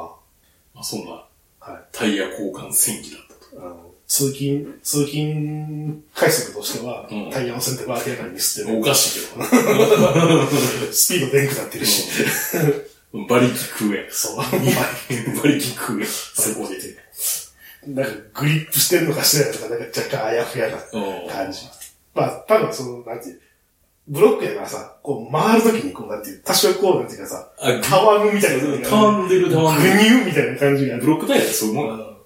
[SPEAKER 1] まあそんな、
[SPEAKER 2] あ、はい。
[SPEAKER 1] タイヤ交換戦記だったと。
[SPEAKER 2] あの、通勤、通勤快速としては、
[SPEAKER 1] うん
[SPEAKER 2] タイヤの選択は明らかにミスってる。
[SPEAKER 1] おかしい けどな。
[SPEAKER 2] スピードでんくなってるし。
[SPEAKER 1] 馬力食え。
[SPEAKER 2] そう。
[SPEAKER 1] 馬力食え。そこで。
[SPEAKER 2] なんかグリップしてんのかしてないのか、なんか若干あやふやな感じ。まあ、多分その、なんていう、ブロックやからさ、こう回るときにこう、なんていう、多少こう、なんていうかさ、
[SPEAKER 1] あ
[SPEAKER 2] たわむみたいな。
[SPEAKER 1] たわんでるたわん
[SPEAKER 2] グ
[SPEAKER 1] でる。
[SPEAKER 2] ニューみたいな感じがあ
[SPEAKER 1] ブ
[SPEAKER 2] る。
[SPEAKER 1] ロックタイヤってそういうもんなの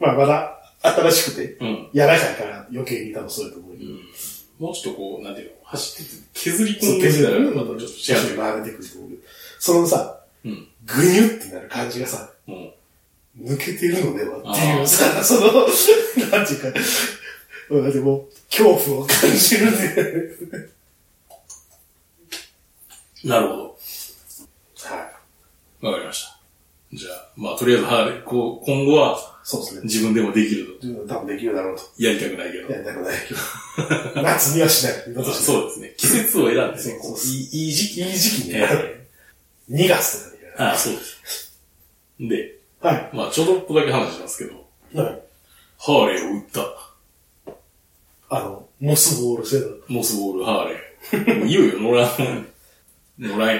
[SPEAKER 2] まあ、まだ新しくて、
[SPEAKER 1] うん。
[SPEAKER 2] 柔らかいから余計に多分そうやと思うけど。
[SPEAKER 1] もうちょっとこう、なんていうの、走ってて、削り
[SPEAKER 2] そ
[SPEAKER 1] 込、
[SPEAKER 2] うん
[SPEAKER 1] で
[SPEAKER 2] 削
[SPEAKER 1] きた
[SPEAKER 2] る
[SPEAKER 1] ら、
[SPEAKER 2] の
[SPEAKER 1] またちょっと
[SPEAKER 2] ち
[SPEAKER 1] シ
[SPEAKER 2] ょ
[SPEAKER 1] ェ
[SPEAKER 2] っと
[SPEAKER 1] ア
[SPEAKER 2] 回れてくると思うけど、そのさ、
[SPEAKER 1] うん。
[SPEAKER 2] グニュってなる感じがさ、
[SPEAKER 1] うん。
[SPEAKER 2] 抜けてるのでは
[SPEAKER 1] あー
[SPEAKER 2] っていうさ、 その、なんていうか、うんだってもう、恐怖を感じるんだよね。
[SPEAKER 1] なるほ
[SPEAKER 2] はい。
[SPEAKER 1] ど。わかりました。じゃあ、まあ、とりあえず、はい、こう、今後は、
[SPEAKER 2] そうですね。
[SPEAKER 1] 自分でもできると。
[SPEAKER 2] 自分は多分できるだろうと。
[SPEAKER 1] やりたくないけど。
[SPEAKER 2] やりたくない けど。夏にはしない。
[SPEAKER 1] まあ
[SPEAKER 2] 私
[SPEAKER 1] そうですね。季節を選んで
[SPEAKER 2] そ
[SPEAKER 1] ね、
[SPEAKER 2] うそう
[SPEAKER 1] こう、いいいい時期。
[SPEAKER 2] いい時期に
[SPEAKER 1] え
[SPEAKER 2] やる。
[SPEAKER 1] え
[SPEAKER 2] 2月とかにやる。
[SPEAKER 1] ああ、そうです。で、
[SPEAKER 2] は
[SPEAKER 1] まあ、ちょっとだけ話しますけど、
[SPEAKER 2] い。はい。
[SPEAKER 1] ハーレーを売った。
[SPEAKER 2] あの、モスボール制度。
[SPEAKER 1] モスボール、ハーレー。もういよいよ乗らん。 乗らん。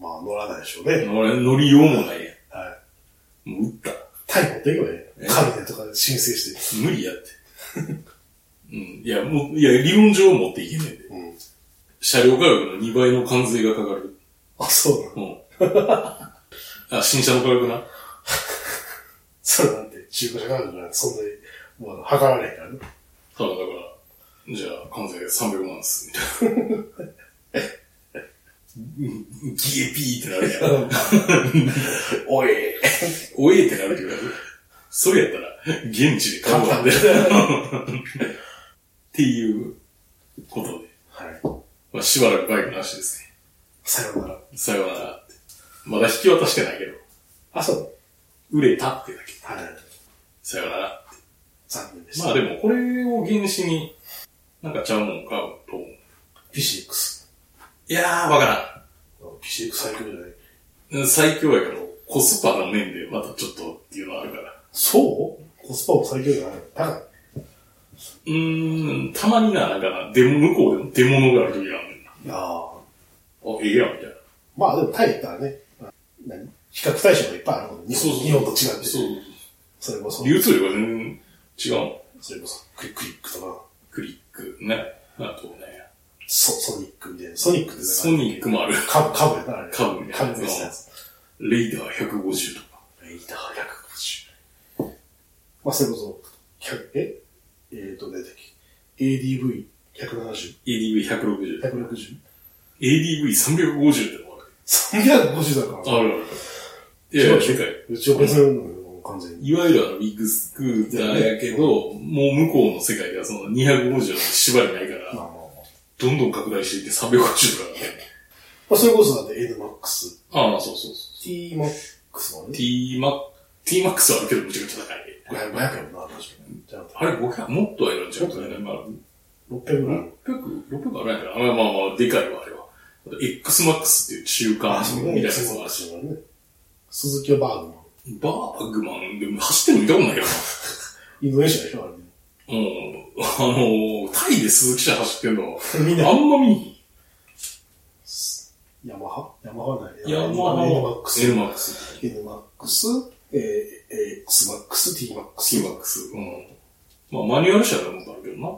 [SPEAKER 2] まあ、乗らないでしょうね。
[SPEAKER 1] 乗らん乗りようもないや
[SPEAKER 2] はい。
[SPEAKER 1] ん。もう売った。
[SPEAKER 2] タイ持っていけばね
[SPEAKER 1] え。
[SPEAKER 2] カルテとかで申請して。
[SPEAKER 1] 無理やって。うん。いや、もう、いや、理論上持っていけねえで。
[SPEAKER 2] うん。
[SPEAKER 1] 車両価格の2倍の関税がかかる。
[SPEAKER 2] あ、そうなの。
[SPEAKER 1] うん。あ、新車の価格な。
[SPEAKER 2] それなんて、中古車価格がそんなに、もう、測られへんからね。
[SPEAKER 1] ただだから、じゃあ、関税300万っす、みたいな。うんギエピーってなるじゃん。
[SPEAKER 2] おい。
[SPEAKER 1] おえってなるけど、それやったら、現地で買う
[SPEAKER 2] 簡
[SPEAKER 1] わ
[SPEAKER 2] 単
[SPEAKER 1] っ
[SPEAKER 2] で。
[SPEAKER 1] ていうことで、
[SPEAKER 2] はい。
[SPEAKER 1] まあ、しばらくバイクなしですね。
[SPEAKER 2] さようなら。
[SPEAKER 1] さようならって。まだ引き渡してないけど、
[SPEAKER 2] あ、そう。
[SPEAKER 1] 売れたってだけ。
[SPEAKER 2] はい。
[SPEAKER 1] さようなら。
[SPEAKER 2] 残念でした。
[SPEAKER 1] まあでも、これを原資に、なんかちゃうもん買うと思う。
[SPEAKER 2] PCX。
[SPEAKER 1] いやー、わか
[SPEAKER 2] PCX 最強じゃない
[SPEAKER 1] らんうん。最強やけど、コスパの面でまたちょっとっていうのはあるから。
[SPEAKER 2] そうコスパも最強じゃない高いう
[SPEAKER 1] ーん、たまにな、なんかな、デモ、向こうでもデモのがある時があるんだ
[SPEAKER 2] いやー
[SPEAKER 1] よな。あ、ええやん、みたいな。
[SPEAKER 2] まあでもタイ行ったらね、何比較対象がいっぱいあるもんね。日
[SPEAKER 1] そう
[SPEAKER 2] 本
[SPEAKER 1] そう
[SPEAKER 2] 日本と違って。
[SPEAKER 1] そう。
[SPEAKER 2] それこそ、
[SPEAKER 1] 流通量が全然違うもん。
[SPEAKER 2] それこそクリクリックとか、
[SPEAKER 1] クリックね。あとね、
[SPEAKER 2] ソソニックみたいな。ソニックって
[SPEAKER 1] ソニックもある。
[SPEAKER 2] カブ、カブやな、あれ。
[SPEAKER 1] カブみたいな
[SPEAKER 2] カブですやつ。
[SPEAKER 1] レイダー150とか。
[SPEAKER 2] レイダー150。まあそれこそ、100ええーと、何だっけ ?ADV170。
[SPEAKER 1] ADV160。
[SPEAKER 2] 160。
[SPEAKER 1] ADV350 ってのも
[SPEAKER 2] 350だから。
[SPEAKER 1] ある。あるある。いやいや、
[SPEAKER 2] 違う
[SPEAKER 1] でかい。
[SPEAKER 2] うちは別のもの完全に。
[SPEAKER 1] いわゆるあの、ビッグスクーターやけど、もう向こうの世界ではその250なんて縛りないか
[SPEAKER 2] まあ
[SPEAKER 1] ら、
[SPEAKER 2] まあまあ。
[SPEAKER 1] どんどん拡大していって350とかだね。
[SPEAKER 2] まあそれこそだって NMAX、
[SPEAKER 1] ああ、そうそうそ
[SPEAKER 2] TMAX も
[SPEAKER 1] う。
[SPEAKER 2] ね、
[SPEAKER 1] T-Max、T-Max はあるけどむちゃくちゃ高い。
[SPEAKER 2] 500 500円もな、確かに。じゃあ、
[SPEAKER 1] あれ500、もっとはいるんちゃうか
[SPEAKER 2] もっと
[SPEAKER 1] ね。
[SPEAKER 2] い
[SPEAKER 1] まあ、
[SPEAKER 2] 600円
[SPEAKER 1] 600、600あるんやけど、あまあまあまあ、でかいわ、あれは。あと XMAX っていう中間みたいなやつもあるし。
[SPEAKER 2] もね。鈴木はバーグマン。
[SPEAKER 1] バーグマンでも走ってるの見たことないよ
[SPEAKER 2] インドネシアでしょ、あれね。
[SPEAKER 1] な。うん。あのー、タイで鈴木車走ってるの、
[SPEAKER 2] みんな、
[SPEAKER 1] あんま見に
[SPEAKER 2] ヤマハヤマハない。
[SPEAKER 1] ヤマハ
[SPEAKER 2] は NMAX。
[SPEAKER 1] NMAX。
[SPEAKER 2] NMAX、えー、えー、XMAX、TMAX。
[SPEAKER 1] T-Max。うん。まあ、マニュアル車でもあるけどな。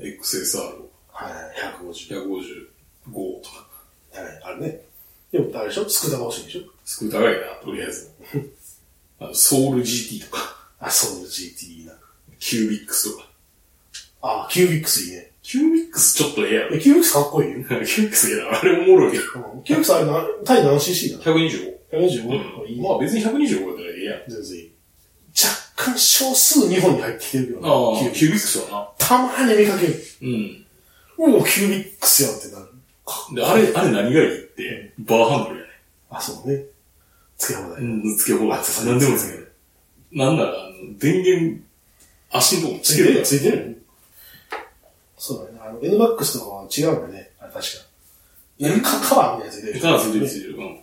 [SPEAKER 1] XSR155
[SPEAKER 2] はい、150。
[SPEAKER 1] とか。
[SPEAKER 2] はい、あれね。でも、あれでしょスクーターが欲しいでしょ
[SPEAKER 1] スクーターがいいな、とりあえず。あのソウル GT とか、
[SPEAKER 2] あ、そう、GT な。
[SPEAKER 1] キュービックスとか。
[SPEAKER 2] あ、キュービックスいいね。
[SPEAKER 1] キュービックスちょっとええやろ。
[SPEAKER 2] え、キュービックスかっこいいよ。
[SPEAKER 1] キュービックスええな、あれおもろいよ。
[SPEAKER 2] うんキュービックスあれな、タイ何 cc だ
[SPEAKER 1] 125。
[SPEAKER 2] ?125? いいね
[SPEAKER 1] まあ別に125だったらええやん。
[SPEAKER 2] 全然いい。若干少数日本に入ってきてるけど
[SPEAKER 1] ああ、キュ
[SPEAKER 2] キュ
[SPEAKER 1] ー
[SPEAKER 2] ービ
[SPEAKER 1] ビックスは
[SPEAKER 2] たまに見かける。
[SPEAKER 1] な。うん。
[SPEAKER 2] もうキュービックスやってなる。
[SPEAKER 1] で、あれ、あれ何がいいって、バーハンドルやね。
[SPEAKER 2] あ、そうね。つけ放題。
[SPEAKER 1] うん、つけ放題。
[SPEAKER 2] あそう
[SPEAKER 1] 何でもつける。なんなら、あの電源、足のとこつけるから。
[SPEAKER 2] ついてるそうだね。あの、N バックスとかは違うんだね。あれ確か。何かカバーみたいなやついてる。
[SPEAKER 1] からついてるついてる。うん。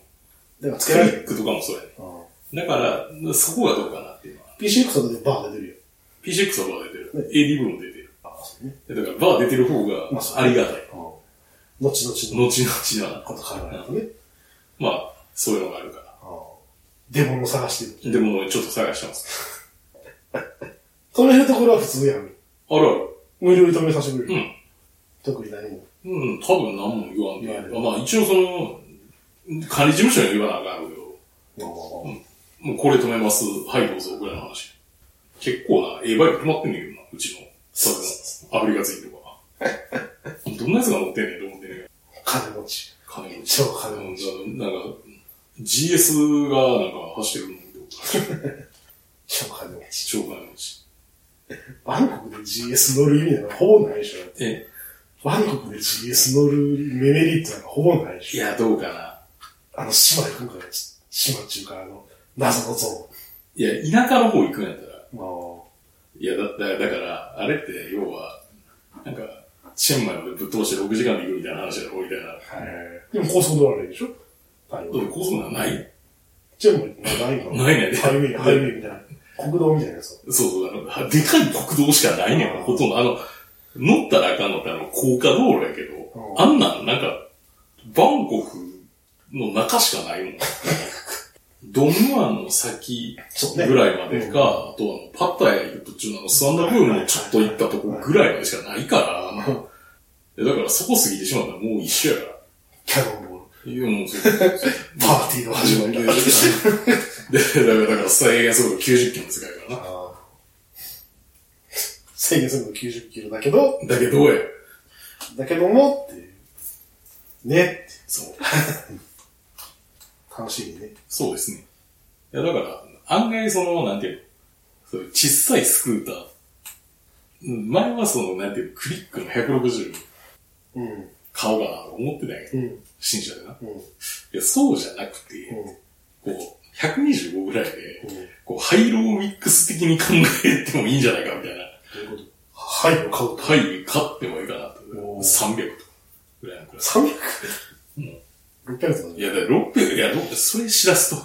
[SPEAKER 2] だからつ
[SPEAKER 1] クリ
[SPEAKER 2] けられる。
[SPEAKER 1] ックとかもそうやね。
[SPEAKER 2] うん
[SPEAKER 1] だから、そこがどうかなっていうのは。
[SPEAKER 2] PCX とかでバー出てるよ。
[SPEAKER 1] PCX はバー出てる。ADV も出てる。
[SPEAKER 2] あ、そうね。
[SPEAKER 1] だから、バー出てる方
[SPEAKER 2] ま
[SPEAKER 1] が
[SPEAKER 2] あそう
[SPEAKER 1] ありがたい。
[SPEAKER 2] うん後々の
[SPEAKER 1] 後々な。
[SPEAKER 2] こと考えるとね。
[SPEAKER 1] まあ、そういうのがあるから。
[SPEAKER 2] うんデモも探してる。
[SPEAKER 1] でも、ちょっと探してます。
[SPEAKER 2] 止めるところは普通やん。
[SPEAKER 1] あるある。
[SPEAKER 2] 無料で止めさせてくれる。
[SPEAKER 1] うん
[SPEAKER 2] 特に何も。
[SPEAKER 1] うん、多分何も言わん
[SPEAKER 2] 言わな
[SPEAKER 1] で。
[SPEAKER 2] い
[SPEAKER 1] まあ一応その、管理事務所には言わなあかんけど、
[SPEAKER 2] まあまあまあ
[SPEAKER 1] もうこれ止めます、はいどうぞ、ぐらいの話。結構な、A バイク止まってんねんけどな、うちの、さっきのアフリカ人とか。どんなやつが乗ってんねんと思ってんねんけど。
[SPEAKER 2] 金持ち。
[SPEAKER 1] 金持ち。
[SPEAKER 2] 超
[SPEAKER 1] う
[SPEAKER 2] 金
[SPEAKER 1] ん
[SPEAKER 2] 持ち。
[SPEAKER 1] なんか、GS がなんか走ってるんだけど、
[SPEAKER 2] 超金持ち。
[SPEAKER 1] 超金持ち。
[SPEAKER 2] バンコクで GS 乗る意味なんかほぼないでしょ。
[SPEAKER 1] え、
[SPEAKER 2] バンコクで GS 乗るメメリットなんかほぼないで
[SPEAKER 1] い
[SPEAKER 2] しょ。
[SPEAKER 1] や、どうかな。
[SPEAKER 2] あの、島行くんから、ち島中からあの、謎のゾ
[SPEAKER 1] いや、田舎の方行くんやったら、
[SPEAKER 2] ーン。ま
[SPEAKER 1] いや、だだだから、あれって、要は、なんか、チェンマイまでぶっ通して6時間で行くみたいな話だろ、みたいな。
[SPEAKER 2] あ、はい。でも高速道路あるでしょはい。
[SPEAKER 1] でも、高速なんかない
[SPEAKER 2] じゃあもうないの
[SPEAKER 1] ないね
[SPEAKER 2] ハイウェイ、ハイウェイみたいな。国道みたいなやつ。
[SPEAKER 1] そうそう、あの、でかい国道しかないねん、ほとんど。あの、乗ったらあかんのって、あの、高架道路やけど、
[SPEAKER 2] うん
[SPEAKER 1] あんなん、なんか、バンコクの中しかない もん。ドンムアンの先
[SPEAKER 2] そうね。
[SPEAKER 1] ぐらいまで
[SPEAKER 2] うん
[SPEAKER 1] か、あとあの、パッタヤ行く途中のあのスワンダブームのちょっと行ったとこぐらいまでしかないから、いやだからそこ過ぎてしまったらもう一緒やから。
[SPEAKER 2] キャノンボール。
[SPEAKER 1] いや、もう、 そうそうそう
[SPEAKER 2] パーティーの始
[SPEAKER 1] 始
[SPEAKER 2] ま
[SPEAKER 1] まり
[SPEAKER 2] り
[SPEAKER 1] で。
[SPEAKER 2] だ。
[SPEAKER 1] で、だから、だから、再現速度90キロの世界やから
[SPEAKER 2] ああ制限速度90キロだけど、
[SPEAKER 1] な。だけど、や。
[SPEAKER 2] だけどもっていう。ねって。
[SPEAKER 1] そう。
[SPEAKER 2] 楽しみね。
[SPEAKER 1] そうですね。いや、だから、案外その、なんていうの、そういう小さいスクーター。うん前はその、なんていうの、クリックの160
[SPEAKER 2] うん。
[SPEAKER 1] 買おうかなと思ってたんやけど、
[SPEAKER 2] うん。
[SPEAKER 1] 新車でな。
[SPEAKER 2] うん。
[SPEAKER 1] いや、そうじゃなくて、
[SPEAKER 2] うん。
[SPEAKER 1] こう、125ぐらいで、
[SPEAKER 2] うん。
[SPEAKER 1] こう、ハイローミックス的に考えてもいいんじゃないか、みたいな。
[SPEAKER 2] どういうことはい、を買うと。
[SPEAKER 1] ハイ買ってもいいかなと。
[SPEAKER 2] おー
[SPEAKER 1] 300とか。ぐらいのクラス。
[SPEAKER 2] 300?
[SPEAKER 1] うん
[SPEAKER 2] 600とか
[SPEAKER 1] い
[SPEAKER 2] ね。
[SPEAKER 1] や、だから600、いや、ろそれ知らす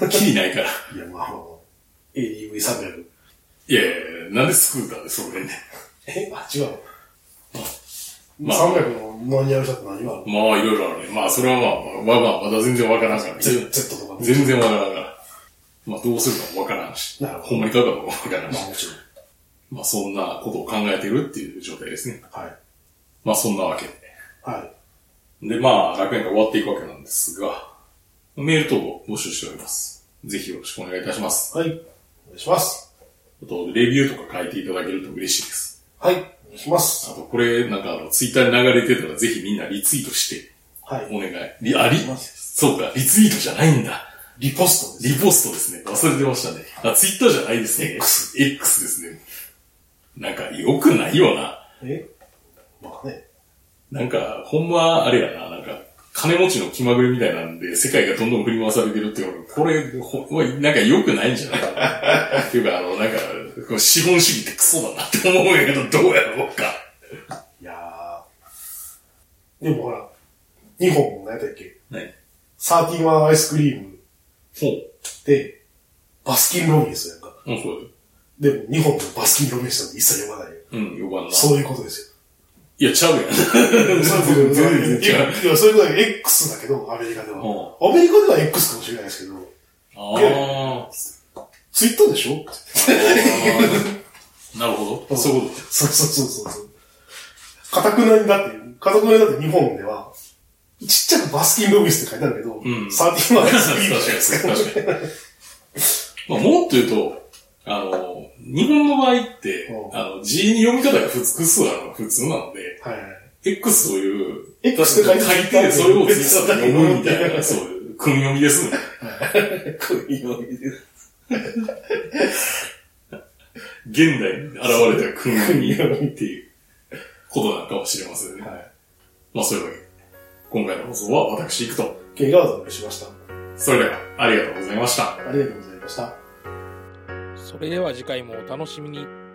[SPEAKER 1] と、 キリないから。
[SPEAKER 2] いや、まあまあまあ。ADV300。
[SPEAKER 1] いやいやいや、なんでスクーターでそれね。
[SPEAKER 2] えあ、違うの。
[SPEAKER 1] まあ
[SPEAKER 2] 300のマニュアル車って何があるの
[SPEAKER 1] まあ、いろいろあるね。まあ、それはまあ、まあ、まあまだ全然わからんから。
[SPEAKER 2] Z, ?Z とかね。
[SPEAKER 1] 全然わからんから。まあ、どうするかもわからんし。
[SPEAKER 2] なるほど
[SPEAKER 1] ほんまに買うかどうかもわからん
[SPEAKER 2] まあ
[SPEAKER 1] し。
[SPEAKER 2] もちろん。
[SPEAKER 1] まあ、そんなことを考えてるっていう状態ですね。
[SPEAKER 2] はい。
[SPEAKER 1] まあ、そんなわけ
[SPEAKER 2] はい。
[SPEAKER 1] で。で、まあ、楽園が終わっていくわけなんですが、メール等を募集しております。ぜひよろしくお願いいたします。
[SPEAKER 2] はい。お願いします。
[SPEAKER 1] あと、レビューとか書いていただけると嬉しいです。
[SPEAKER 2] はい。お願いします
[SPEAKER 1] あ。と、これ、なんか、あの、ツイッターに流れてたら、ぜひみんなリツイートして、
[SPEAKER 2] はい。
[SPEAKER 1] お願い。リ、あ、リ
[SPEAKER 2] お願いし、ます
[SPEAKER 1] そうか、リツイートじゃないんだ。
[SPEAKER 2] リポストです。
[SPEAKER 1] リポストですね。忘れてましたね。あ、ツイッターじゃないですね。
[SPEAKER 2] X。
[SPEAKER 1] X ですね。なんか、良くないよな。
[SPEAKER 2] えまあね。
[SPEAKER 1] なんか、ほんま、あれやな。なんか、金持ちの気まぐれみたいなんで、世界がどんどん振り回されてるっていうのがこれ、ほんま、なんか良くないんじゃないか な。っていうか、あの、なんか、こう資本主義ってクソだなって思うんやけど、どうやろうか。
[SPEAKER 2] いやー。でもほら、日本も何やったっけ
[SPEAKER 1] はい。
[SPEAKER 2] サーティワンアイスクリーム
[SPEAKER 1] ほう。
[SPEAKER 2] で、バスキンロビンスやんか。
[SPEAKER 1] うん、そう
[SPEAKER 2] でも日本のバスキンロビンスなんて一切読まないよ。
[SPEAKER 1] だよ。うん、呼ばんな。
[SPEAKER 2] そういうことです
[SPEAKER 1] いや、ちゃうやん。
[SPEAKER 2] よ。そうい
[SPEAKER 1] 全
[SPEAKER 2] うこと
[SPEAKER 1] 然
[SPEAKER 2] い
[SPEAKER 1] 違う。
[SPEAKER 2] やいや、そういうことで X だけど、アメリカでは。
[SPEAKER 1] う
[SPEAKER 2] アメリカでは X かもしれないですけど、
[SPEAKER 1] あー
[SPEAKER 2] ツイッターでしょ
[SPEAKER 1] あー。なるほど。そういうこと。
[SPEAKER 2] そうそうそうそうそう。かたくなにだって、かたくなにだって日本では、ちっちゃくバスキンロビンスって書いてあるけど、
[SPEAKER 1] ん
[SPEAKER 2] サーティワンアイスクリームじゃないです
[SPEAKER 1] 確
[SPEAKER 2] か
[SPEAKER 1] か。に、確かに。まあ、もっと言うと、あの、日本の場合って、
[SPEAKER 2] うん
[SPEAKER 1] あの、字に読み方が複数なのが普通なので、
[SPEAKER 2] はいはい。
[SPEAKER 1] X という、
[SPEAKER 2] X って書いて
[SPEAKER 1] 書いて、それをツイッターで読むみたい
[SPEAKER 2] は
[SPEAKER 1] な、そういう、訓読みですね。現代に現れた訓読みっていうことなのかもしれませんね。
[SPEAKER 2] い。
[SPEAKER 1] まあ、そういうわけで。今回の放送は私行くと。
[SPEAKER 2] 怪我をお届けしました。
[SPEAKER 1] それでは、ありがとうございました。
[SPEAKER 2] ありがとうございました。
[SPEAKER 3] それでは次回もお楽しみに。